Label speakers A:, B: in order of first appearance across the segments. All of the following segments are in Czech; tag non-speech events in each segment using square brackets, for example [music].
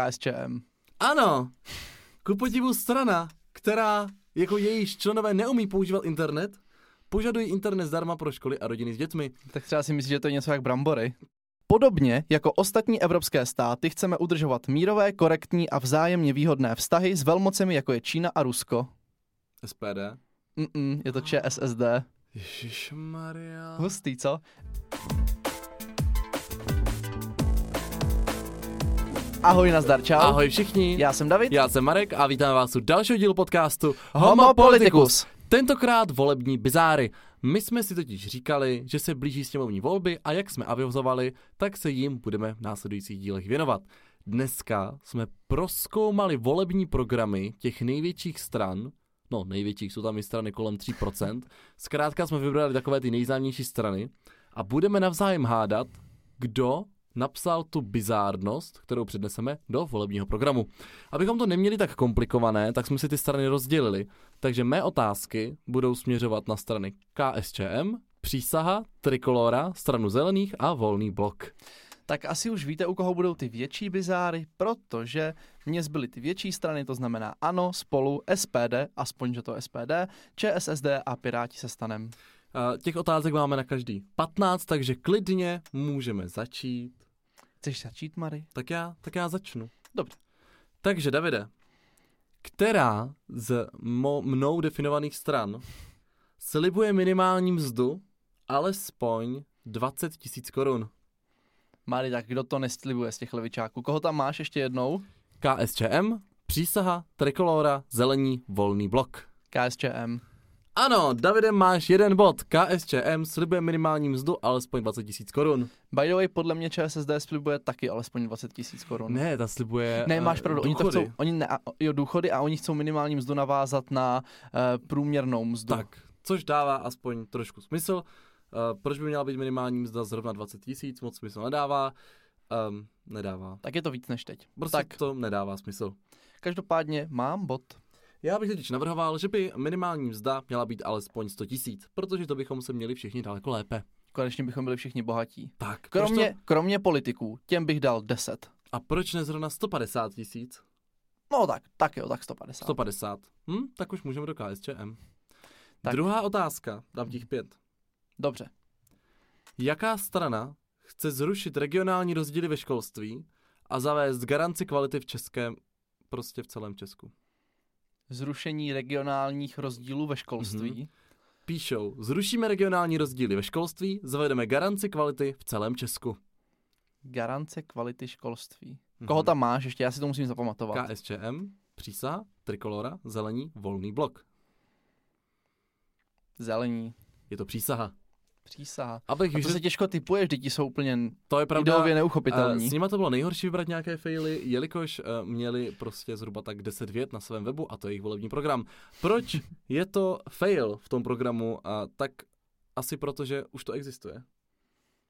A: KSČM.
B: Ano, ku podivu strana, která jako jejíž členové neumí používat internet, požadují internet zdarma pro školy a rodiny s dětmi.
A: Tak třeba si myslíš, že to je něco jak brambory. Podobně jako ostatní evropské státy chceme udržovat mírové, korektní a vzájemně výhodné vztahy s velmocemi jako je Čína a Rusko.
B: SPD.
A: Mm-mm, je to ČSSD.
B: Ježíš Maria.
A: Hustý, co? Ahoj, nazdar, čau.
B: Ahoj všichni.
A: Já jsem David.
B: Já jsem Marek a vítám vás u dalšího dílu podcastu
A: Homo Politicus.
B: Tentokrát volební bizáry. My jsme si totiž říkali, že se blíží sněmovní volby a jak jsme avizovali, tak se jim budeme v následujících dílech věnovat. Dneska jsme proskoumali volební programy těch největších stran, no největších jsou tam i strany kolem 3%, zkrátka jsme vybrali takové ty nejznámější strany a budeme navzájem hádat, kdo napsal tu bizárnost, kterou předneseme do volebního programu. Abychom to neměli tak komplikované, tak jsme si ty strany rozdělili. Takže mé otázky budou směřovat na strany KSČM, Přísaha, Trikolora, Stranu zelených a Volný blok.
A: Tak asi už víte, u koho budou ty větší bizáry, protože mě zbyly ty větší strany, to znamená ANO, Spolu, SPD, aspoň že to SPD, ČSSD a Piráti se stanem.
B: Eh, Těch otázek máme na každý 15, takže klidně můžeme začít.
A: Chceš začít, Mary?
B: Tak já, tak já začnu.
A: Dobře.
B: Takže Davide, která z mo- mnou definovaných stran slibuje minimální mzdu alespoň 20 tisíc korun?
A: Mary, tak kdo to neslibuje z těch levičáků? Koho tam máš ještě jednou?
B: KSČM, přísaha, trikolora, zelení, volný blok.
A: KSČM.
B: Ano, Davide, máš jeden bod. KSČM slibuje minimální mzdu alespoň 20 tisíc korun.
A: By the way, podle mě ČSSD slibuje taky alespoň 20 tisíc korun.
B: Ne, ta slibuje
A: Ne,
B: eh,
A: máš pravdu, oni to
B: důchody.
A: chcou, oni ne, a- jo, důchody a oni chcou minimální mzdu navázat na uh, průměrnou mzdu.
B: Tak, což dává aspoň trošku smysl. Uh, proč by měla být minimální mzda zrovna 20 tisíc? Moc smysl nedává. Um, nedává.
A: tak je to víc než teď.
B: Prostě
A: Tak,
B: tak. to nedává smysl.
A: každopádně mám bod.
B: Já bych totiž navrhoval, že by minimální mzda měla být alespoň 100 tisíc, protože to bychom se měli všichni daleko lépe.
A: Konečně bychom byli všichni bohatí.
B: Tak, proč
A: Kromě,
B: To,
A: kromě politiků, těm bych dal 10.
B: a proč ne zrovna 150 tisíc?
A: No tak, tak jo, tak 150.
B: 150. Hm, tak už můžeme do KSČM.
A: Tak.
B: Tak. Druhá otázka, dám těch pět.
A: Dobře.
B: Jaká strana chce zrušit regionální rozdíly ve školství a zavést garanci kvality v českém, prostě v celém Česku?
A: Zrušení regionálních rozdílů ve školství.
B: Mhm.
A: Mm-hmm.
B: Píšou, zrušíme regionální rozdíly ve školství, zavedeme garanci kvality v celém Česku.
A: Garance kvality školství. Mhm.
B: Mhm.
A: Koho tam máš ještě? Já si to musím zapamatovat.
B: KSČM, přísaha, trikolora, zelení, volný blok.
A: Zelení.
B: Je to přísaha.
A: Přísaha.
B: Abych
A: A to
B: vyřešil,
A: se těžko typuješ, děti jsou úplně
B: to je pravda.
A: ideově
B: Eh,
A: neuchopitelní.
B: S nima to bylo nejhorší vybrat nějaké faily, jelikož eh, měli prostě zhruba tak 10 vět na svém webu a to je jejich volební program. Proč je to fail v tom programu? A tak asi proto, že už to existuje.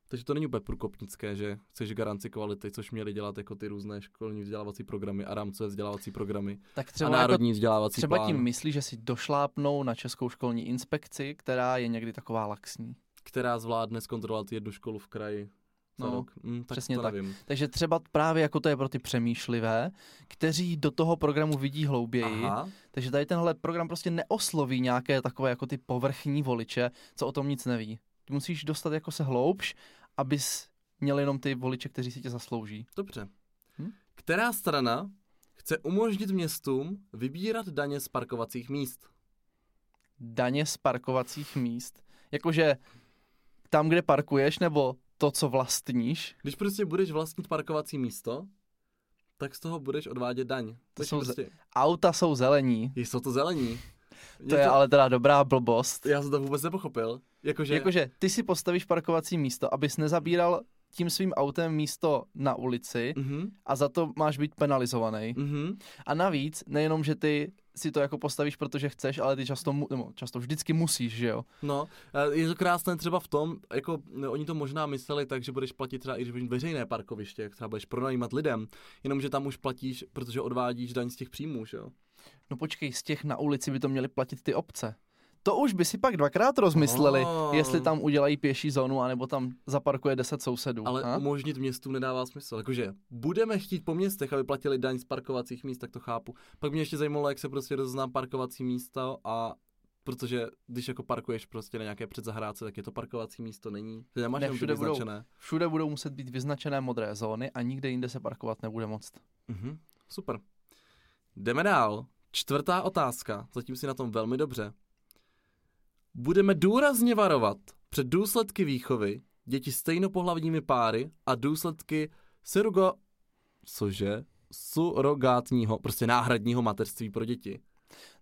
B: Takže to není úplně průkopnické, že chceš garanci kvality, což měli dělat jako ty různé školní vzdělávací programy a rámcové vzdělávací programy
A: tak
B: a
A: třeba jako
B: národní vzdělávací
A: Třeba
B: plán,
A: tím myslí, že si došlápnou na Českou školní inspekci, která je někdy taková laxní.
B: která zvládne zkontrolovat jednu školu v kraji. za
A: No,
B: rok. Mm, tak
A: přesně
B: to
A: tak.
B: Nevím.
A: Takže třeba právě jako to je pro ty přemýšlivé, kteří do toho programu vidí hlouběji. Aha.
B: Aha,
A: Takže tady tenhle program prostě neosloví nějaké takové jako ty povrchní voliče, co o tom nic neví. Ty musíš dostat jako se hloubš, abys měl jenom ty voliče, kteří si tě zaslouží.
B: Dobře.
A: Hm?
B: Která strana chce umožnit městům vybírat daně z parkovacích míst?
A: Daně z parkovacích míst. Jakože tam, kde parkuješ, nebo to, co vlastníš,
B: Když prostě budeš vlastnit parkovací místo, tak z toho budeš odvádět daň. To
A: jsou
B: jsou prostě,
A: auta jsou zelení.
B: ze... jsou to
A: [laughs]
B: zelení.
A: To je ale teda dobrá blbost.
B: Já jsem to vůbec nepochopil. Jakože...
A: Že... Jakože ty si postavíš parkovací místo, abys nezabíral tím svým autem místo na ulici
B: Mhm,
A: a za to máš být penalizovaný.
B: mhm.
A: A navíc, nejenom, že ty si to jako postavíš, protože chceš, ale ty často, mu, nebo často vždycky musíš, že jo?
B: No, eh, je to krásné třeba v tom, jako eh, oni to možná mysleli tak, že budeš platit třeba i když budeš veřejné parkoviště, jak třeba budeš pronajímat lidem, jenomže tam už platíš, protože odvádíš daň z těch příjmů, že jo?
A: No počkej, z těch na ulici by to měly platit ty obce. to už by si pak dvakrát rozmysleli,
B: Oh.
A: jestli tam udělají pěší zónu, anebo tam zaparkuje 10 sousedů.
B: Ale
A: a?
B: umožnit městům nedává smysl. Jakože budeme chtít po městech, aby platili daň z parkovacích míst, tak to chápu. Pak mě ještě zajímalo, jak se prostě rozeznám parkovací místa a protože když jako parkuješ prostě na nějaké předzahrádce, tak je to parkovací místo, není. Ty nemáš
A: Ne,
B: tam
A: všude budou.
B: vyznačené.
A: Všude budou muset být vyznačené modré zóny a nikde jinde se parkovat nebude moc.
B: Mhm, super. Jdeme dál. Čtvrtá otázka, zatím si na tom velmi dobře. Budeme důrazně varovat před důsledky výchovy děti stejnopohlavními páry a důsledky surgo... cože? surogátního, prostě náhradního mateřství pro děti.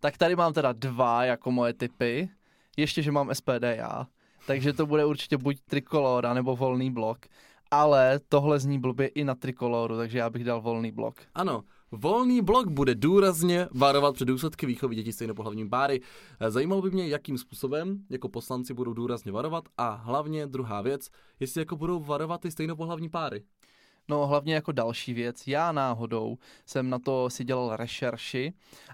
A: Tak tady mám teda dva jako moje typy. Ještě, že mám SPD já. Takže to bude určitě buď trikolora nebo volný blok. Ale tohle zní blbě i na trikoloru, takže já bych dal volný blok.
B: Ano, volný blok bude důrazně varovat před důsledky výchovy dětí stejnopohlavními páry. Eh, Zajímalo by mě, jakým způsobem jako poslanci budou důrazně varovat a hlavně druhá věc, jestli jako budou varovat ty stejnopohlavní páry.
A: No hlavně jako další věc, já náhodou jsem na to si dělal rešerši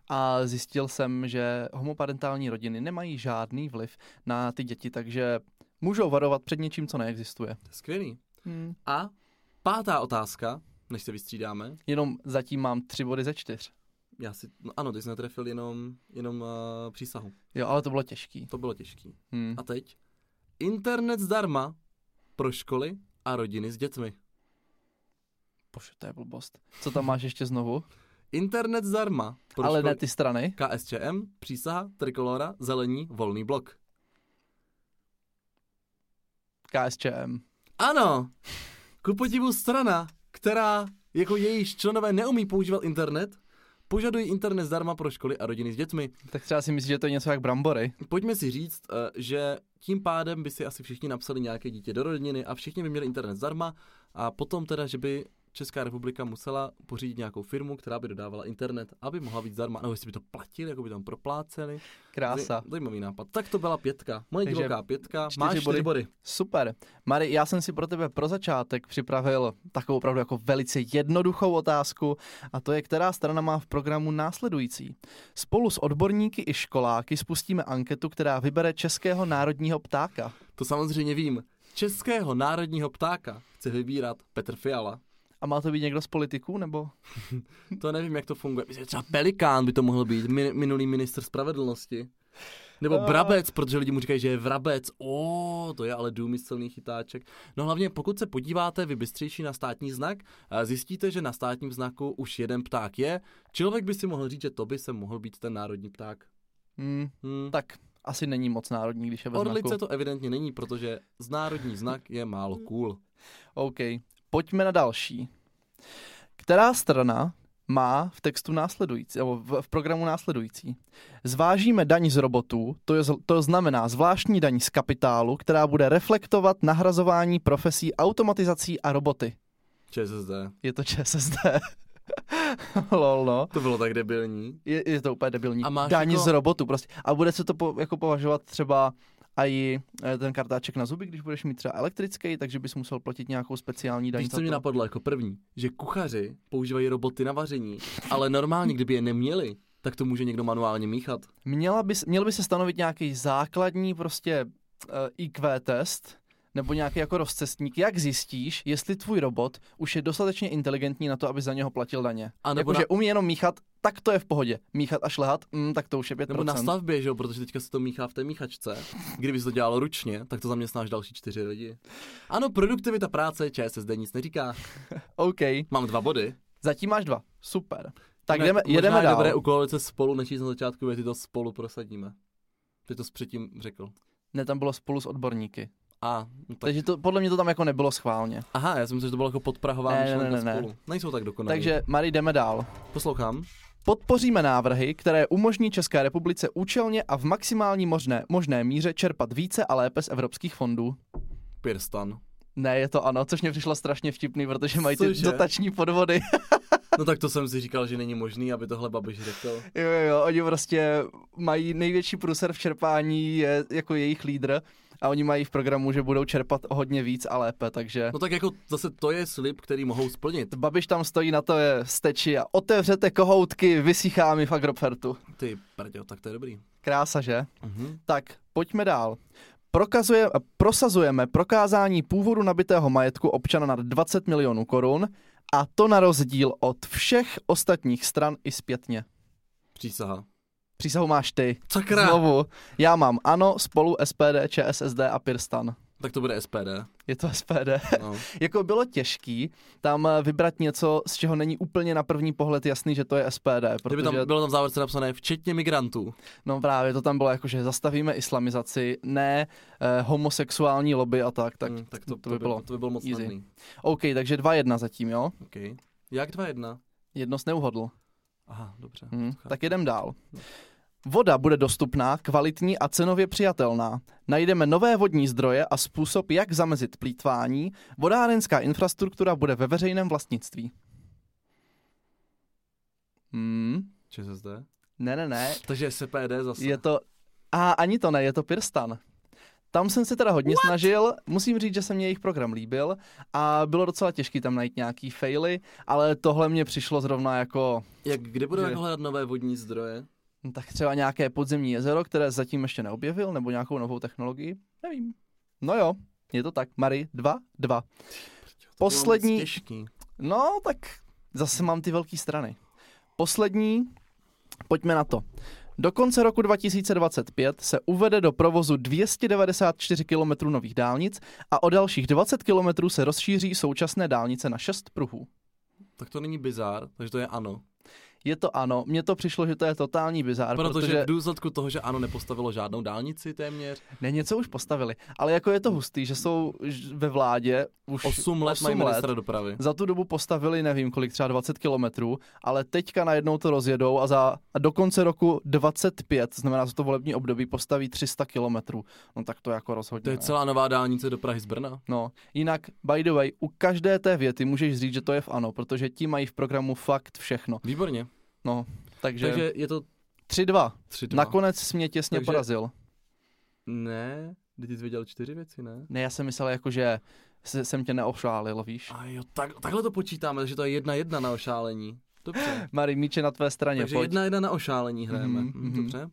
A: a zjistil jsem, že homoparentální rodiny nemají žádný vliv na ty děti, takže můžou varovat před něčím, co neexistuje.
B: To je Skvělý.
A: Hmm.
B: A pátá otázka, než se vystřídáme.
A: Jenom zatím mám tři body ze čtyř.
B: Já si, no ano, ty jsi netrefil jenom, jenom uh, přísahu.
A: Jo, ale to bylo těžký.
B: To bylo těžký.
A: Hmm.
B: A teď? Internet zdarma pro školy a rodiny s dětmi.
A: Bože, to je blbost. Co tam máš ještě znovu?
B: Internet zdarma pro
A: ale
B: školy.
A: ne ty strany.
B: KSČM, přísaha, trikolora, zelení, volný blok.
A: KSČM.
B: Ano, ku podivu strana, která jako jejíž členové neumí používat internet, požadují internet zdarma pro školy a rodiny s dětmi.
A: Tak třeba si myslíš, že to je něco jak brambory.
B: Pojďme si říct, eh, že tím pádem by si asi všichni napsali nějaké dítě do rodiny a všichni by měli internet zdarma a potom teda, že by Česká republika musela pořídit nějakou firmu, která by dodávala internet, aby mohla být zdarma, nebo jestli by to platili, jako by tam propláceli.
A: Krása.
B: Zaj- Zajímavý nápad. Tak to byla pětka. Moje
A: Takže
B: divoká pětka.
A: čtyři
B: Máš čtyři
A: body.
B: body. body.
A: Super. Mary, já jsem si pro tebe pro začátek připravil takovou opravdu jako velice jednoduchou otázku a to je, která strana má v programu následující. Spolu s odborníky i školáky spustíme anketu, která vybere českého národního ptáka.
B: To samozřejmě vím. Českého národního ptáka chce vybírat Petr Fiala.
A: A má to být někdo z politiků, nebo?
B: To nevím, jak to funguje. Myslím, že Třeba pelikán by to mohl být, min- minulý minister spravedlnosti. Nebo
A: A-
B: vrabec, protože lidi mu říkají, že je vrabec. O, to je ale důmyslný chytáček. No hlavně, pokud se podíváte vy bystřejší na státní znak, eh, zjistíte, že na státním znaku už jeden pták je. Člověk by si mohl říct, že to by se mohl být ten národní pták.
A: Hmm,
B: Hmm.
A: tak asi není moc národní, když je ve znaku.
B: Orlice to evidentně není, protože z národní znak je málo cool.
A: OK, pojďme na další. Která strana má v textu následující, nebo v, v programu následující? Zvážíme daň z robotů, to, je, z- to znamená zvláštní daň z kapitálu, která bude reflektovat nahrazování profesí automatizací a roboty.
B: ČSSD.
A: Je to ČSSD. [laughs] Lol, no.
B: To bylo tak debilní.
A: Je, je to úplně debilní.
B: A máš
A: daň
B: jako-
A: z robotu prostě. A bude se to po, jako považovat třeba a i eh, ten kartáček na zuby, když budeš mít třeba elektrický, takže bys musel platit nějakou speciální daň.
B: Víš,
A: za
B: co mě
A: to.
B: napadlo jako první? Že kuchaři používají roboty na vaření, ale normálně, kdyby je neměli, tak to může někdo manuálně míchat.
A: Měla by, měl by se stanovit nějaký základní prostě eh, IQ test nebo nějaký jako rozcestník, jak zjistíš, jestli tvůj robot už je dostatečně inteligentní na to, aby za něho platil daně.
B: A nebo,
A: Jakože umí jenom míchat, tak to je v pohodě. Míchat a šlehat, mm, tak to už je 5%.
B: na, nebo na stavbě, že jo, protože teďka se to míchá v té míchačce. Kdyby se to dělalo ručně, tak to zaměstnáš další čtyři lidi. Ano, produktivita práce, ČSSD nic neříká.
A: OK,
B: Mám dva body.
A: zatím máš dva. Super. Tak
B: Jinak
A: jdeme,
B: možná
A: jedeme
B: je
A: dál.
B: dobré u koalice spolu, než jít na začátku věty to spolu prosadíme. Ty to jsi předtím řekl.
A: Ne, tam bylo spolu s odborníky.
B: A, no tak.
A: Takže to, podle mě to tam jako nebylo schválně.
B: Aha, já jsem myslel, že to bylo jako podprahová
A: Ne, ne,
B: myšlenka
A: ne, ne.
B: spolu. Nejsou tak dokonalé.
A: Takže, Mari, jdeme dál.
B: Poslouchám.
A: Podpoříme návrhy, které umožní České republice účelně a v maximální možné, možné míře čerpat více a lépe z evropských fondů.
B: Pirstan.
A: Ne, je to ano, což mě přišlo strašně vtipný, protože mají ty
B: Cože?
A: dotační podvody.
B: No tak to jsem si říkal, že není možný, aby tohle Babiš řekl.
A: [laughs] jo, jo, jo, oni prostě mají největší průser v čerpání, je jako jejich lídr a oni mají v programu, že budou čerpat o hodně víc a lépe, takže...
B: No tak jako zase to je slib, který mohou splnit.
A: Babiš tam stojí na to je steči a otevřete kohoutky, vysychá mi v Agrofertu.
B: Ty prďo, tak to je dobrý.
A: Krása, že?
B: Mhm.
A: Tak, pojďme dál. Prokazuje, eh, prosazujeme prokázání původu nabitého majetku občana nad 20 milionů korun a to na rozdíl od všech ostatních stran i zpětně.
B: Přísaha.
A: Přísahu máš ty.
B: Sakra!
A: Znovu. Já mám ANO, spolu SPD, ČSSD a Pirstan.
B: Tak to bude SPD.
A: Je to SPD.
B: No.
A: [laughs] jako bylo těžký tam eh, vybrat něco, z čeho není úplně na první pohled jasný, že to je SPD.
B: Kdyby
A: Protože,
B: tam, bylo tam v závěrce napsané včetně migrantů.
A: no právě to tam bylo jako, že zastavíme islamizaci, ne eh, homosexuální lobby a tak. Tak
B: Hm, tak to,
A: to by bylo
B: to by bylo moc
A: easy.
B: snadný.
A: OK, takže 2-1 zatím, jo?
B: Okay. Jak Hmm. 2-1?
A: Jedno jsi neuhodl.
B: Aha, dobře.
A: Hm.
B: chápu.
A: Tak jedem dál. Voda bude dostupná, kvalitní a cenově přijatelná. Najdeme nové vodní zdroje a způsob, jak zamezit plítvání. Vodárenská infrastruktura bude ve veřejném vlastnictví. Hmm.
B: ČSSD?
A: Ne, ne, ne.
B: Takže SPD zase.
A: Je to... A ani to ne, je to Pirstan. Tam jsem se teda hodně What? snažil, musím říct, že se mě jejich program líbil a bylo docela těžké tam najít nějaký faily, ale tohle mě přišlo zrovna jako
B: Jak, kde budeme
A: Že-
B: hledat nové vodní zdroje?
A: No Tak třeba nějaké podzemní jezero, které zatím ještě neobjevil, nebo nějakou novou technologii, nevím. No jo, je to tak. Mary, dva, dva.
B: To bylo moc
A: Poslední-
B: Těžký.
A: No, tak zase mám ty velké strany. Poslední, pojďme na to. Do konce roku 2025 se uvede do provozu 294 km nových dálnic a o dalších 20 km se rozšíří současné dálnice na 6 pruhů.
B: Tak to není bizár, takže to je ano.
A: Je to ano, mně to přišlo, že to je totální bizár,
B: Protože,
A: protože
B: v důsledku toho, že ano nepostavilo žádnou dálnici téměř,
A: Ne, něco už postavili, ale jako je to hustý, že jsou ž- ve vládě už
B: 8 let mají
A: osm let.
B: ministra dopravy.
A: Za tu dobu postavili, nevím kolik, třeba 20 kilometrů, ale teďka najednou to rozjedou a, za, a do konce roku 25, znamená za to volební období, postaví 300 kilometrů. No tak to jako rozhodně
B: To je
A: ne.
B: celá nová dálnice do Prahy z Brna.
A: No, jinak, by the way, u každé té věty můžeš říct, že to je v ANO, protože ti mají v programu fakt všechno.
B: Výborně.
A: Takže, Takže
B: Takže je to
A: 3-2.
B: 3-2.
A: Nakonec jsi mě těsně
B: Takže-
A: Takže... porazil.
B: Ne, teď jsi věděl čtyři věci, ne?
A: Ne, já jsem myslel jako, že se- jsem tě neošálil, víš?
B: A jo, tak, takhle to počítáme, takže to je jedna jedna na ošálení. [gasps] Dobře.
A: Mary, míče na tvé straně,
B: Takže
A: pojď.
B: jedna jedna na ošálení hrajeme.
A: Mhm,
B: Mm-hmm.
A: mhm.
B: Dobře.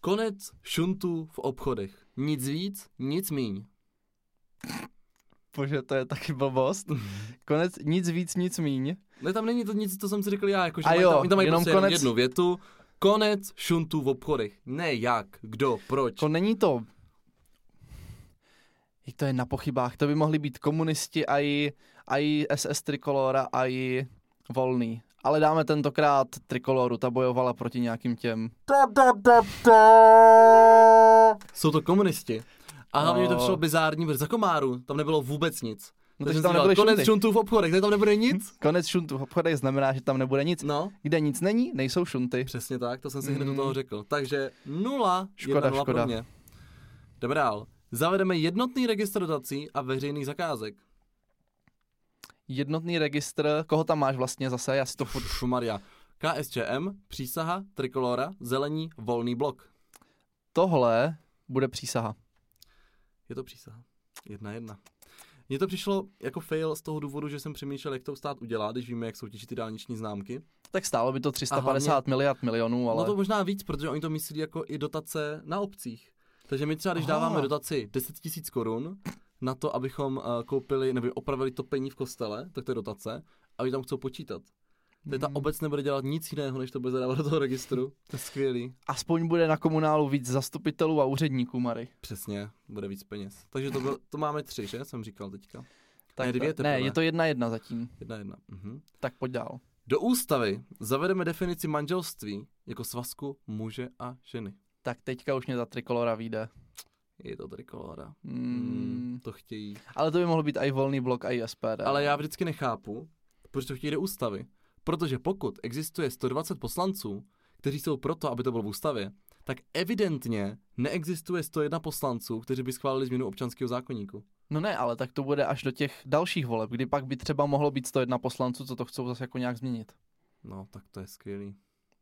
B: Konec šuntu v obchodech. Nic víc, nic míň.
A: Bože, to je taky
B: [laughs]
A: blbost. Konec, nic víc, nic míň.
B: Ne, tam není to nic, co jsem si řekl já, jakože
A: A
B: mají
A: jo,
B: tam, oni tam mají
A: jenom
B: prostě konec...
A: konec-
B: jednu větu. Konec šuntu v obchodech. Ne jak, kdo, proč.
A: Jako není to... Jak to je na pochybách? To by mohli být komunisti a i, a i SS Trikolora a i Volný. Ale dáme tentokrát Trikoloru, ta bojovala proti nějakým těm... No,
B: Jsou to komunisti. A hlavně mi to
A: No.
B: přišlo bizární, protože za komáru tam nebylo vůbec nic.
A: No,
B: Takže
A: takže
B: jsem
A: tam
B: říkal,
A: nebude
B: konec
A: šunty.
B: šuntu v obchodech, tady tam nebude nic.
A: Konec šuntu v obchodech znamená, že tam nebude nic.
B: No,
A: Kde nic není, nejsou šunty.
B: [laughs] přesně tak, to jsem si hned do
A: Mhm.
B: toho řekl. Takže nula,
A: Škoda,
B: jedna nula pro
A: škoda.
B: mě. Jdeme dál. Zavedeme jednotný registr dotací a veřejných zakázek.
A: Jednotný registr, koho tam máš vlastně zase, já si to
B: To furt šumaria. KSČM, přísaha, trikolora, zelení, volný blok.
A: Tohle bude přísaha.
B: Je to přísaha. Jedna jedna. Mně to přišlo jako fail z toho důvodu, že jsem přemýšlel, jak to stát udělá, když víme, jak soutěží ty dálniční známky.
A: Tak stálo by to 350 miliard milionů, ale...
B: No to možná víc, protože oni to myslí jako i dotace na obcích. Takže my třeba, když
A: Aha.
B: dáváme dotaci 10 tisíc korun na to, abychom eh, koupili nebo opravili topení v kostele, tak to je dotace, a oni tam chcou počítat. Tady ta
A: Mm.
B: obec nebude dělat nic jiného, než to bude zadávat do toho registru. Hmm. [laughs] To je skvělý.
A: aspoň bude na komunálu víc zastupitelů a úředníků, Mary.
B: Přesně, bude víc peněz. Takže to, bylo, to máme tři, že? Jsem říkal teďka.
A: Tak
B: Ne,
A: to-
B: dvě teprve.
A: ne, je to jedna jedna zatím.
B: Jedna jedna. Mhm.
A: Tak pojď dál.
B: Do ústavy zavedeme definici manželství jako svazku muže a ženy.
A: Tak teďka už mě ta trikolora vyjde.
B: Je to trikolora. Mm,
A: Mm.
B: to chtějí.
A: Ale to by mohl být i volný blok, i SPD.
B: Ale já vždycky nechápu, proč to chtějí do ústavy. Protože pokud existuje 120 poslanců, kteří jsou proto, aby to bylo v ústavě, tak evidentně neexistuje 101 poslanců, kteří by schválili změnu občanského zákoníku.
A: No ne, ale tak to bude až do těch dalších voleb, kdy pak by třeba mohlo být 101 poslanců, co to chcou zase jako nějak změnit.
B: No, tak to je skvělý.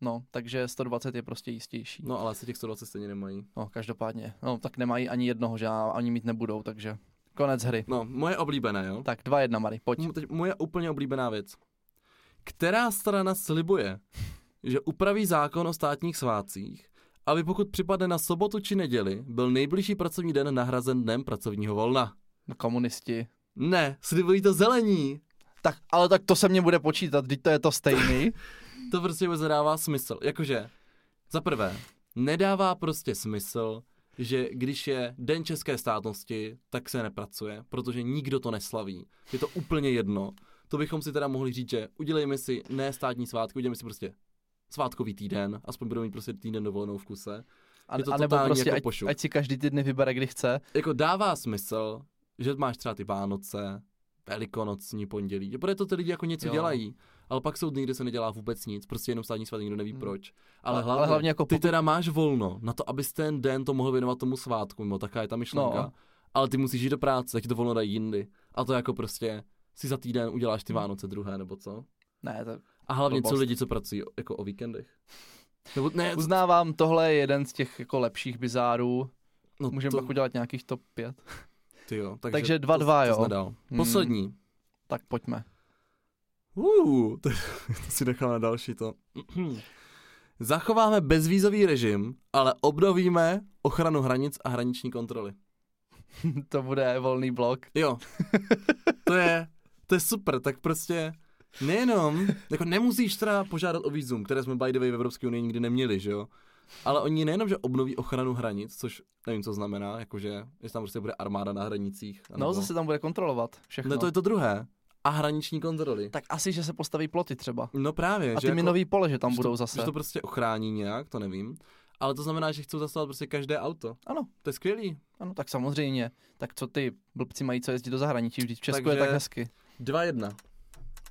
A: No, takže 120 je prostě jistější.
B: No, ale se těch 120 stejně nemají.
A: No, každopádně. No, tak nemají ani jednoho, že a ani mít nebudou, takže konec hry.
B: No, moje oblíbené, jo?
A: Tak 2-1, Mary, pojď.
B: M- Teď moje úplně oblíbená věc. Která strana slibuje, že upraví zákon o státních svátcích, aby pokud připadne na sobotu či neděli, byl nejbližší pracovní den nahrazen dnem pracovního volna?
A: No, Komunisti.
B: Ne, slibují to zelení.
A: Tak, ale tak to se mě bude počítat, teď to je to
B: [laughs]
A: stejný.
B: To prostě vůbec nedává smysl. Jakože, za prvé, nedává prostě smysl, že když je Den české státnosti, tak se nepracuje, protože nikdo to neslaví. Je to úplně jedno. To bychom si teda mohli říct, že udělejme si ne státní svátky, udělejme si prostě svátkový týden, aspoň budou mít prostě týden dovolenou v kuse.
A: A,
B: Je to
A: a nebo
B: totální
A: prostě,
B: jako
A: ať,
B: pošuk.
A: ať, si každý ty dny vybere, kdy chce.
B: Jako dává smysl, že máš třeba ty Vánoce, velikonoční pondělí, že bude to ty lidi jako něco
A: Jo.
B: jo. dělají, ale pak jsou dny, kde se nedělá vůbec nic, prostě jenom státní svátek, nikdo neví
A: Hmm.
B: proč. Ale,
A: Ale-
B: hlavně,
A: ale hlavně jako
B: ty
A: pokud-
B: teda máš volno na to, abys ten den to mohl věnovat tomu svátku, mimo taká je ta myšlenka.
A: No.
B: No. Ale ty musíš jít do práce, tak ti to volno dají jindy. A to jako prostě si za týden uděláš ty
A: Hmm.
B: Vánoce druhé, nebo co?
A: Ne, to
B: A hlavně co
A: Blbost.
B: lidi, co pracují o- jako o víkendech. Nebo ne,
A: uznávám, tohle je jeden z těch jako lepších bizárů.
B: no
A: Můžeme
B: to,
A: pak udělat nějakých top 5.
B: tyjo,
A: takže
B: to-
A: 2-2,
B: to
A: jo.
B: jsi nedal.
A: Hmm.
B: Poslední.
A: Tak pojďme. [laughs]
B: Uh, to, [laughs] to si nechám na další to. [clears throat] Zachováme bezvízový režim, ale obnovíme ochranu hranic a hraniční kontroly.
A: to bude volný blok.
B: [laughs] Jo, to je, to je super, tak prostě nejenom, jako nemusíš teda požádat o vízum, které jsme by the way v Evropské unii nikdy neměli, že jo? Ale oni nejenom, že obnoví ochranu hranic, což nevím, co znamená, jakože, že tam prostě bude armáda na hranicích.
A: No, zase tam bude kontrolovat všechno.
B: Ne, No to je to druhé. A hraniční kontroly.
A: Tak asi, že se postaví ploty třeba.
B: No právě,
A: A
B: že
A: ty minový pole, že tam budou zase.
B: Že to prostě ochrání nějak, to nevím. Ale to znamená, že chcou zastavit prostě každé auto.
A: Ano.
B: To je skvělý.
A: Ano, tak samozřejmě. Tak co ty blbci mají co jezdit do zahraničí, vždyť v Česku je
B: Takže-
A: tak hezky.
B: 2-1.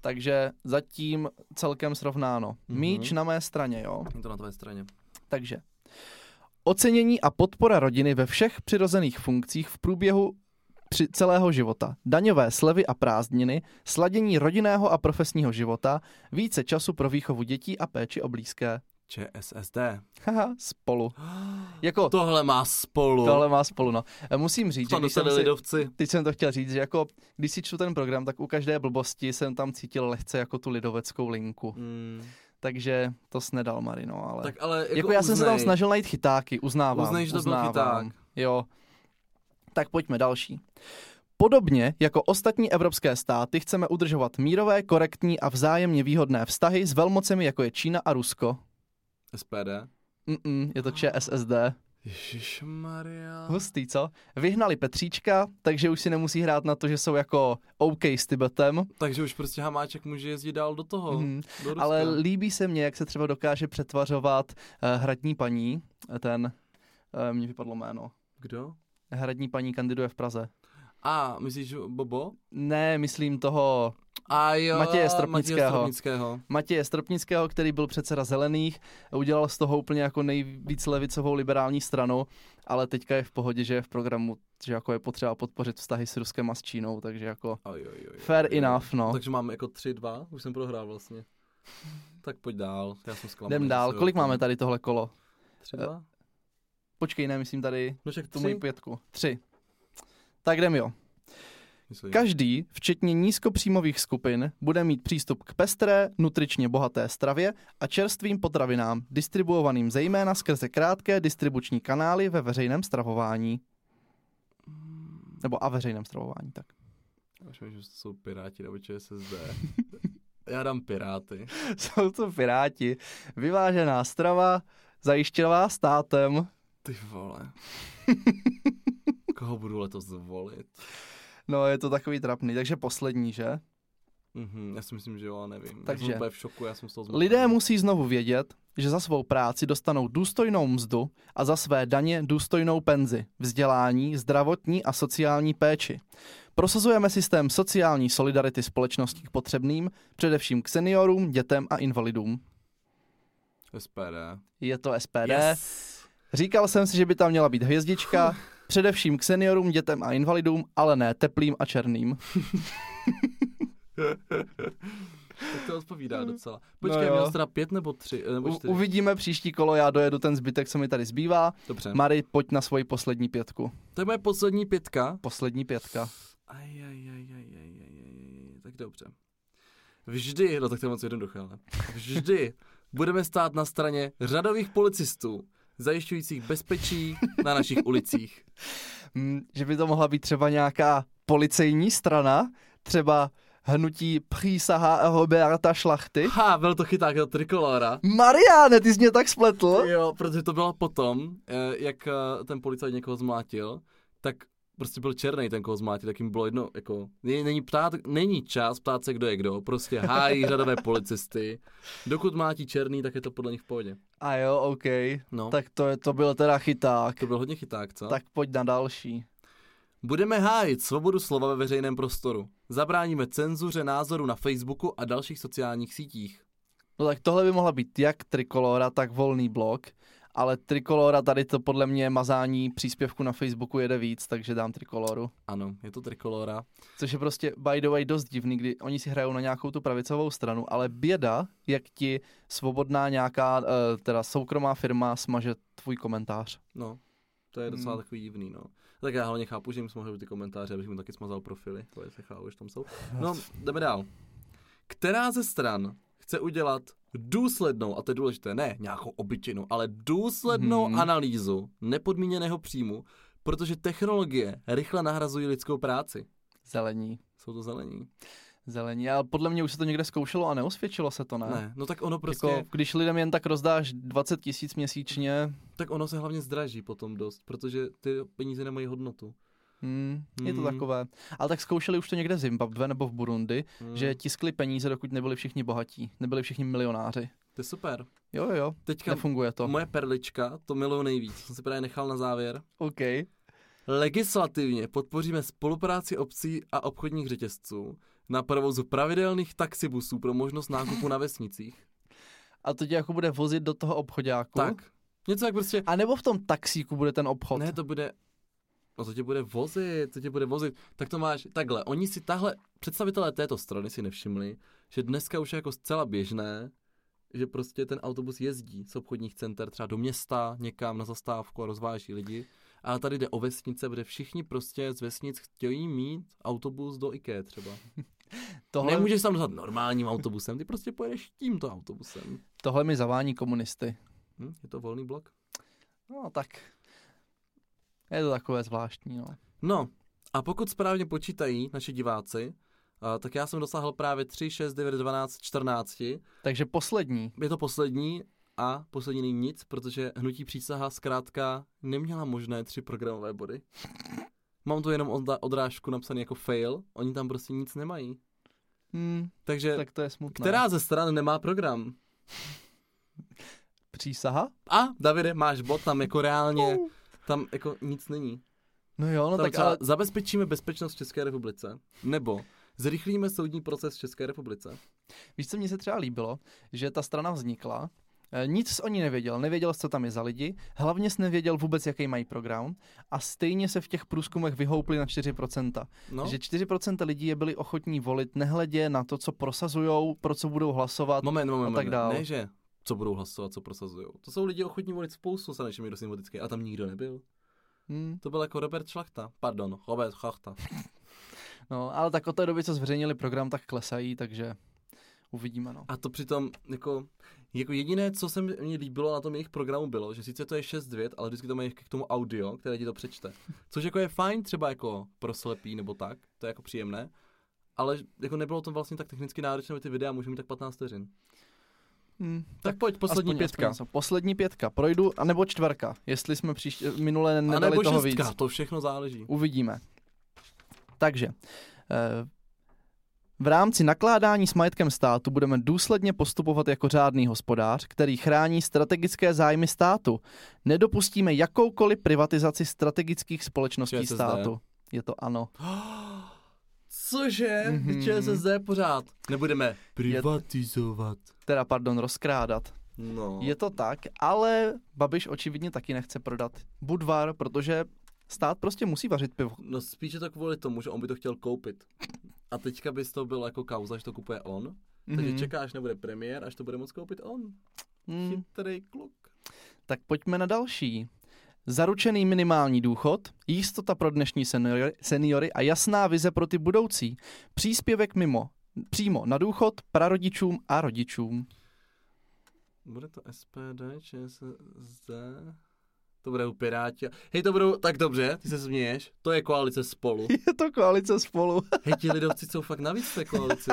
A: Takže zatím celkem srovnáno.
B: Mhm.
A: Míč na mé straně, jo.
B: Je to na tvé straně.
A: Takže ocenění a podpora rodiny ve všech přirozených funkcích v průběhu při celého života. Daňové slevy a prázdniny, sladění rodinného a profesního života, více času pro výchovu dětí a péči o blízké.
B: ČSSD.
A: Haha, spolu. Jako,
B: Tohle má spolu.
A: tohle má spolu, no. E, Musím říct, že
B: Tam
A: když jsem
B: dostali
A: si,
B: lidovci.
A: teď jsem to chtěl říct, že jako, když si čtu ten program, tak u každé blbosti jsem tam cítil lehce jako tu lidoveckou linku.
B: Mm.
A: Takže to snedal Marino, ale...
B: Tak ale jako,
A: Hmm, Jako, já jsem se tam
B: uznej.
A: snažil najít chytáky, uznávám.
B: Uznej, že to byl
A: uznávám.
B: chyták.
A: Jo. Tak pojďme další. Podobně jako ostatní evropské státy chceme udržovat mírové, korektní a vzájemně výhodné vztahy s velmocemi jako je Čína a Rusko.
B: SPD.
A: Mm-mm, je to ČSSD.
B: Ježíš Maria.
A: Hustý, co? Vyhnali Petříčka, takže už si nemusí hrát na to, že jsou jako OK s Tibetem.
B: Takže už prostě Hamáček může jezdit dál do toho.
A: Mhm.
B: Do Ruska.
A: Ale líbí se mně, jak se třeba dokáže přetvařovat uh, hradní paní. Ten, uh, mně vypadlo jméno.
B: Kdo?
A: Hradní paní kandiduje v Praze.
B: A, myslíš Bobo?
A: Ne, myslím toho
B: A jo,
A: Matěje Stropnického.
B: Matěje Stropnického.
A: Matěje Stropnického, který byl předseda Zelených, udělal z toho úplně jako nejvíc levicovou liberální stranu, ale teďka je v pohodě, že je v programu, že jako je potřeba podpořit vztahy s Ruskem a s Čínou, takže jako
B: Oj, oj, oj,
A: fair
B: oj, oj.
A: enough, no.
B: Takže mám jako 3-2, už jsem prohrál vlastně. Tak pojď dál, já jsem zklamaný.
A: Jdem dál, kolik máme tady tohle kolo?
B: 3-2?
A: Počkej, ne, myslím tady
B: No však
A: tu
B: to
A: moji
B: můj...
A: pětku. Tři. Tak jdem jo. Každý, včetně nízkopříjmových skupin, bude mít přístup k pestré, nutričně bohaté stravě a čerstvým potravinám, distribuovaným zejména skrze krátké distribuční kanály ve veřejném stravování. Nebo a veřejném stravování, tak.
B: Já už myslím, že to jsou Piráti nebo ČSSD. [laughs] já dám Piráty.
A: [laughs] Jsou to piráti. Vyvážená strava, zajištěná státem.
B: Ty
A: [laughs]
B: vole. Koho budu letos zvolit?
A: No, je to takový trapný, takže poslední, že?
B: Mhm, já si myslím, že jo, ale nevím. Takže. Já
A: Takže.
B: jsem úplně v šoku, já jsem z toho zmatený.
A: Lidé musí znovu vědět, že za svou práci dostanou důstojnou mzdu a za své daně důstojnou penzi, vzdělání, zdravotní a sociální péči. Prosazujeme systém sociální solidarity společnosti k potřebným, především k seniorům, dětem a invalidům.
B: SPD.
A: Je to SPD. Říkal jsem si, že by tam měla být hvězdička, Především k seniorům, dětem a invalidům, ale ne teplým a černým.
B: Tak to odpovídá docela.
A: No
B: Počkej,
A: jo.
B: no měl jsi teda pět nebo tři, eh, nebo
A: U,
B: čtyři.
A: uvidíme příští kolo, já dojedu ten zbytek, co mi tady zbývá.
B: Dobře.
A: Mary, pojď na svoji poslední pětku.
B: To je moje poslední pětka.
A: Poslední pětka.
B: Aj, aj, aj, aj, aj, aj, aj, aj, tak dobře. Vždy, no tak to je moc jednoduché, ale vždy budeme stát na straně řadových policistů, zajišťujících bezpečí na našich ulicích.
A: Hm, že by to mohla být třeba nějaká policejní strana, třeba hnutí přísaha Roberta Šlachty.
B: Ha, byl to chyták do trikolora.
A: Mariáne, ty jsi mě tak spletl.
B: Jo, protože to bylo potom, eh, jak eh, ten policajt někoho zmlátil, tak prostě byl černý ten, koho zmlátil, tak jim bylo jedno, jako, není, není, ptát, není čas ptát se, kdo je kdo, prostě hájí řadové policisty. Dokud mlátí černý, tak je to podle nich v pohodě.
A: A jo, OK.
B: No, tak.
A: Tak to, je, to byl teda chyták.
B: to byl hodně chyták, co?
A: Tak pojď na další.
B: Budeme hájit svobodu slova ve veřejném prostoru. Zabráníme cenzuře názoru na Facebooku a dalších sociálních sítích.
A: No tak tohle by mohla být jak trikolora, tak volný blok. Ale trikolora tady to podle mě mazání příspěvku na Facebooku jede víc, takže dám trikoloru.
B: Ano, je to trikolora.
A: Což je prostě by the way dost divný, kdy oni si hrajou na nějakou tu pravicovou stranu, ale běda, jak ti svobodná nějaká, eh, teda soukromá firma smaže tvůj komentář.
B: No, to je docela
A: Hmm.
B: takový divný, no. Tak já hlavně chápu, že jim mohli ty komentáře, abych mu taky smazal profily. To je se chápu, že tam jsou. No, jdeme dál. Která ze stran chce udělat důslednou, a to je důležité, ne nějakou obyčejnou, ale důslednou
A: Hmm.
B: hmm. analýzu nepodmíněného příjmu, protože technologie rychle nahrazují lidskou práci.
A: Zelení.
B: Jsou to zelení.
A: Zelení, ale podle mě už se to někde zkoušelo a neusvědčilo se to, ne?
B: Ne, no tak ono prostě,
A: Jako, když lidem jen tak rozdáš 20 tisíc měsíčně,
B: tak ono se hlavně zdraží potom dost, protože ty peníze nemají hodnotu.
A: hmm, je to
B: Hmm.
A: takové. Ale tak zkoušeli už to někde v Zimbabwe nebo v Burundi,
B: Hmm.
A: že tiskli peníze, dokud nebyli všichni bohatí, nebyli všichni milionáři.
B: To je super.
A: Jo, jo, jo,
B: Teďka
A: nefunguje to.
B: moje perlička, to miluju nejvíc, jsem si právě nechal na závěr.
A: OK.
B: Legislativně podpoříme spolupráci obcí a obchodních řetězců na provozu pravidelných taxibusů pro možnost nákupu na vesnicích.
A: A to tě jako bude vozit do toho obchodáku?
B: Tak. Něco jak prostě,
A: A nebo v tom taxíku bude ten obchod?
B: ne, to bude, no to tě bude vozit, to tě bude vozit. Tak to máš, takhle, oni si tahle, představitelé této strany si nevšimli, že dneska už je jako zcela běžné, že prostě ten autobus jezdí z obchodních center třeba do města, někam na zastávku a rozváží lidi. A tady jde o vesnice, kde všichni prostě z vesnic chtějí mít autobus do IKEA třeba.
A: tohle,
B: Tohle... Nemůžeš tam dostat normálním autobusem, ty prostě pojedeš tímto autobusem.
A: tohle mi zavání komunisty.
B: Hm? Je to volný blok?
A: No tak, je to takové zvláštní, no.
B: No, a pokud správně počítají naši diváci, a, tak já jsem dosáhl právě 3, 6, 9, 12, 14. Je
A: Takže poslední.
B: to poslední a poslední není nic, protože hnutí přísaha zkrátka neměla možné tři programové body. Mám tu jenom odda- odrážku napsaný jako fail, oni tam prostě nic nemají.
A: Hmm,
B: Takže tak
A: tak no. to je smutné.
B: Eh, která ze stran nemá program?
A: Přísaha?
B: A, Davide, máš bod tam jako reálně, tam jako nic není.
A: No jo, no
B: No
A: tak
B: tak
A: ale...
B: zabezpečíme bezpečnost v České republice, nebo zrychlíme soudní proces v České republice.
A: Víš, co mně se třeba líbilo? Že ta strana vznikla, eh, nic o ní nevěděl, nevěděl, co tam je za lidi, hlavně jsi nevěděl vůbec, jaký mají program a stejně se v těch průzkumech vyhoupli na 4%.
B: No,
A: No? Že 4% lidí je byli ochotní volit nehledě na to, co prosazujou, pro co budou hlasovat.
B: moment, moment,
A: a
B: moment.
A: tak dál.
B: Ne, že co budou hlasovat, co prosazují. To jsou lidi ochotní volit spoustu se našimi symbolické a tam nikdo nebyl.
A: Hmm,
B: To byl jako Robert Šlachta. Pardon, Robert Šlachta.
A: no, ale tak od té doby, co zveřejnili program, tak klesají, takže uvidíme, no.
B: A to přitom jako, jako jediné, co se mi líbilo na tom jejich programu bylo, že sice to je 6 vět, ale vždycky to mají k tomu audio, které ti to přečte. Což jako je fajn třeba jako pro slepý nebo tak, to je jako příjemné. Ale jako nebylo to vlastně tak technicky náročné, aby ty videa můžou mít tak 15 vteřin.
A: Hmm,
B: Tak pojď, poslední
A: aspoň-
B: pětka.
A: aspoň něco. poslední pětka. Projdu, anebo čtverka, jestli jsme příště, minule
B: a
A: nedali
B: nebo
A: toho
B: šestka,
A: víc.
B: to všechno záleží.
A: Uvidíme. Takže eh, v rámci nakládání s majetkem státu budeme důsledně postupovat jako řádný hospodář, který chrání strategické zájmy státu. Nedopustíme jakoukoliv privatizaci strategických společností
B: ČSSD.
A: státu. Je to ano.
B: Cože?
A: Mhm.
B: Mm-hmm. ČSSD pořád. Nebudeme privatizovat.
A: Teda, pardon, rozkrádat.
B: No.
A: Je to tak, ale Babiš očividně taky nechce prodat Budvar, protože Stát prostě musí vařit pivo.
B: No spíš je to kvůli tomu, že on by to chtěl koupit. A teďka by to byl jako kauza, že to kupuje on. Mm-hmm.
A: Mhm.
B: Takže čeká, až nebude premiér, až to bude moc koupit on.
A: Mm.
B: Chytrý kluk.
A: Tak pojďme na další. Zaručený minimální důchod, jistota pro dnešní seniory, seniory a jasná vize pro ty budoucí. Příspěvek mimo, přímo na důchod prarodičům a rodičům. [laughs]
B: Bude to SPD, ČSSD? To budou Piráti. Hej, to budou, tak dobře, ty se směješ, to je
A: [laughs]
B: koalice spolu.
A: Je to koalice spolu. [laughs]
B: Hej, ti lidovci jsou fakt navíc v té koalici.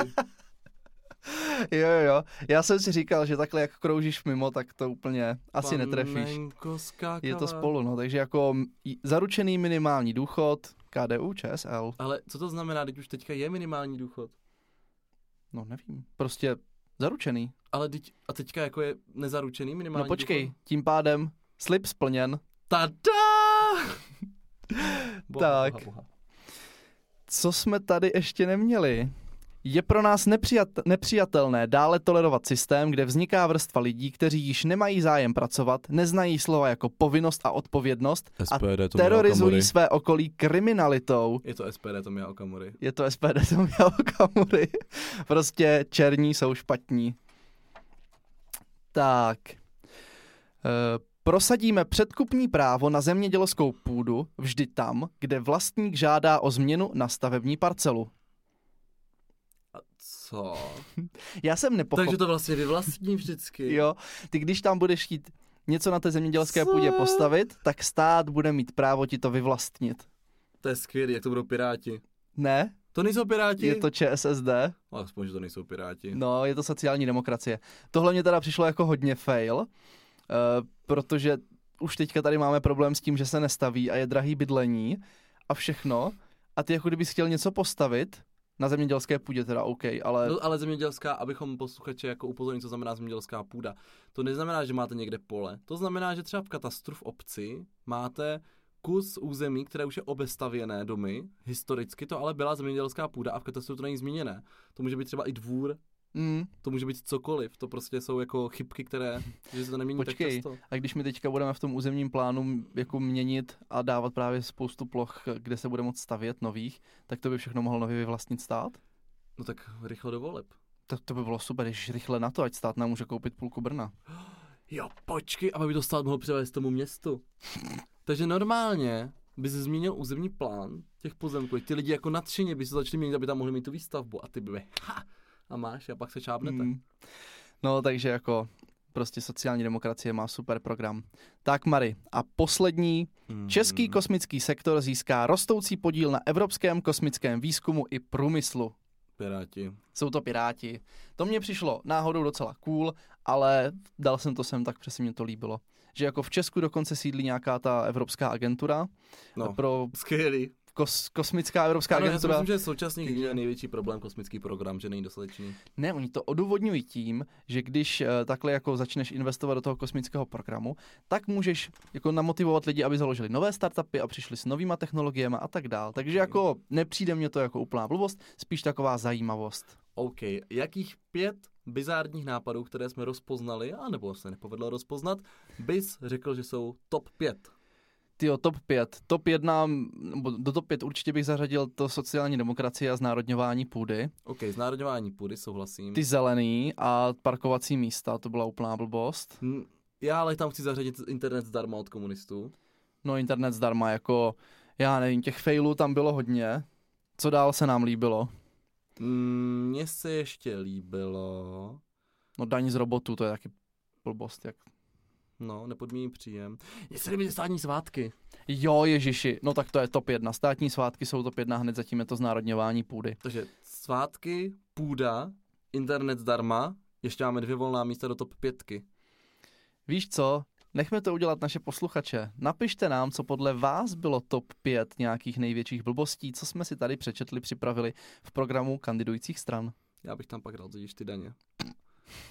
A: jo, jo, jo. Já jsem si říkal, že takhle jak kroužíš mimo, tak to úplně asi netrefíš.
B: Panenko skákala.
A: Je to spolu, no, takže jako m- i- zaručený minimální důchod, KDU, ČSL,
B: Ale co to znamená, teď už teďka je minimální důchod?
A: no nevím, prostě zaručený.
B: Ale teď, a teďka jako je nezaručený
A: No
B: minimální
A: počkej,
B: Důchod?
A: tím pádem slib splněn. [laughs]
B: Tada!
A: Tak. Co jsme tady ještě neměli? Je pro nás nepřijat, nepřijatelné dále tolerovat systém, kde vzniká vrstva lidí, kteří již nemají zájem pracovat, neznají slova jako povinnost a odpovědnost a
B: SPD to
A: terorizují své okolí kriminalitou.
B: Je to SPD Tomia Okamury.
A: Je to SPD, to měl Okamury. [laughs] Prostě černí jsou špatní. Tak. E, prosadíme předkupní právo na zemědělskou půdu vždy tam, kde vlastník žádá o změnu na stavební parcelu.
B: A co?
A: Já jsem nepochopil.
B: Takže to vlastně vyvlastní vždycky.
A: Jo, ty když tam budeš chtít něco na té zemědělské
B: Co?
A: půdě postavit, tak stát bude mít právo ti to vyvlastnit.
B: To je skvělý, jak to budou piráti.
A: Ne?
B: To nejsou piráti?
A: Je to ČSSD?
B: No, Aspoň, že to nejsou piráti.
A: No, je to sociální demokracie. Tohle mě teda přišlo jako hodně fail, eh, protože už teďka tady máme problém s tím, že se nestaví a je drahý bydlení a všechno. A ty jako kdybys chtěl něco postavit, na zemědělské půdě teda OK, ale
B: No, ale zemědělská, abychom posluchače jako upozornili, co znamená zemědělská půda. To neznamená, že máte někde pole. To znamená, že třeba v katastru v obci máte kus území, které už je obestavěné domy. Historicky to ale byla zemědělská půda a v katastru to není zmíněné. To může být třeba i dvůr,
A: mm,
B: to může být cokoliv. To prostě jsou jako chybky, které, že se to nemění
A: Počkej.
B: tak často.
A: A když my teďka budeme v tom územním plánu jako měnit a dávat právě spoustu ploch, kde se bude moct stavět nových, tak to by všechno mohl nově vyvlastnit stát?
B: No tak rychle do voleb.
A: Tak to by bylo super, když rychle na to, ať stát nám může koupit půlku Brna.
B: Jo, počkej, aby to stát mohl převést tomu městu. Takže normálně by se změnil územní plán těch pozemků. Ti lidi jako nadšeně by se začali měnit, aby tam mohli mít tu výstavbu. A ty by, [laughs] ha, a máš, a pak se čápnete. Mm.
A: Mm. No, takže jako prostě sociální demokracie má super program. Tak Mary, a poslední.
B: Hmm.
A: Český kosmický sektor získá rostoucí podíl na evropském kosmickém výzkumu i průmyslu.
B: Piráti.
A: Jsou to piráti. To mně přišlo náhodou docela cool, ale dal jsem to sem tak, protože se mně to líbilo. Že jako v Česku dokonce sídlí nějaká ta evropská agentura
B: No,
A: pro
B: skvělý.
A: kos, kosmická evropská
B: Ano, já si
A: agentura.
B: myslím, že současný je největší problém kosmický program, že není dostatečný.
A: Ne, oni to odůvodňují tím, že když eh, takhle jako začneš investovat do toho kosmického programu, tak můžeš jako namotivovat lidi, aby založili nové startupy a přišli s novýma technologiemi a tak dál. Takže jako nepřijde mě to jako úplná blbost, spíš taková zajímavost.
B: OK, jakých pět bizárních nápadů, které jsme rozpoznali, anebo se nepovedlo rozpoznat, bys řekl, že jsou top 5?
A: Tyjo, top 5. Top 1, nebo do top 5 určitě bych zařadil to sociální demokracie a znárodňování půdy.
B: OK, znárodňování půdy, souhlasím.
A: Ty zelený a parkovací místa, to byla úplná blbost.
B: Hm, Já ale tam chci zařadit internet zdarma od komunistů.
A: No internet zdarma, jako já nevím, těch failů tam bylo hodně. Co dál se nám líbilo?
B: Mm, Mně se ještě líbilo,
A: No daň z robotu, to je taky blbost. Jak...
B: no, nepodmíní příjem. Mně se líbí státní svátky.
A: Jo, Ježiši, no tak to je top jedna. Státní svátky jsou top jedna, hned zatím je to znárodňování půdy.
B: Takže svátky, půda, internet zdarma, ještě máme dvě volná místa do top pětky.
A: Víš co? Nechme to udělat naše posluchače. Napište nám, co podle vás bylo top 5 nějakých největších blbostí, co jsme si tady přečetli, připravili v programu kandidujících stran.
B: Já bych tam pak dal totiž ty daně.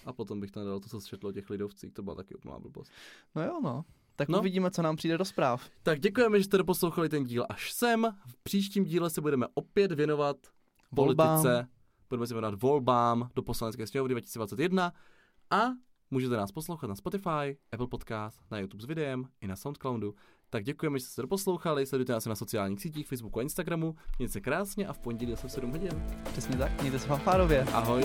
B: A potom bych tam dal to, co se četlo o těch lidovcích, to byla taky úplná blbost.
A: No jo, no. Tak
B: No.
A: no. uvidíme, co nám přijde do zpráv.
B: Tak děkujeme, že jste doposlouchali ten díl až sem. V příštím díle se budeme opět věnovat
A: Volbám.
B: politice, budeme se věnovat volbám do poslanecké sněmovny 2021 a Můžete nás poslouchat na Spotify, Apple Podcast, na YouTube s videem i na Soundcloudu. Tak děkujeme, že jste se doposlouchali, sledujte nás i na sociálních sítích, Facebooku a Instagramu. Mějte se krásně a v pondělí zase v 7 hodin.
A: Přesně tak, mějte se fanfárově.
B: Ahoj!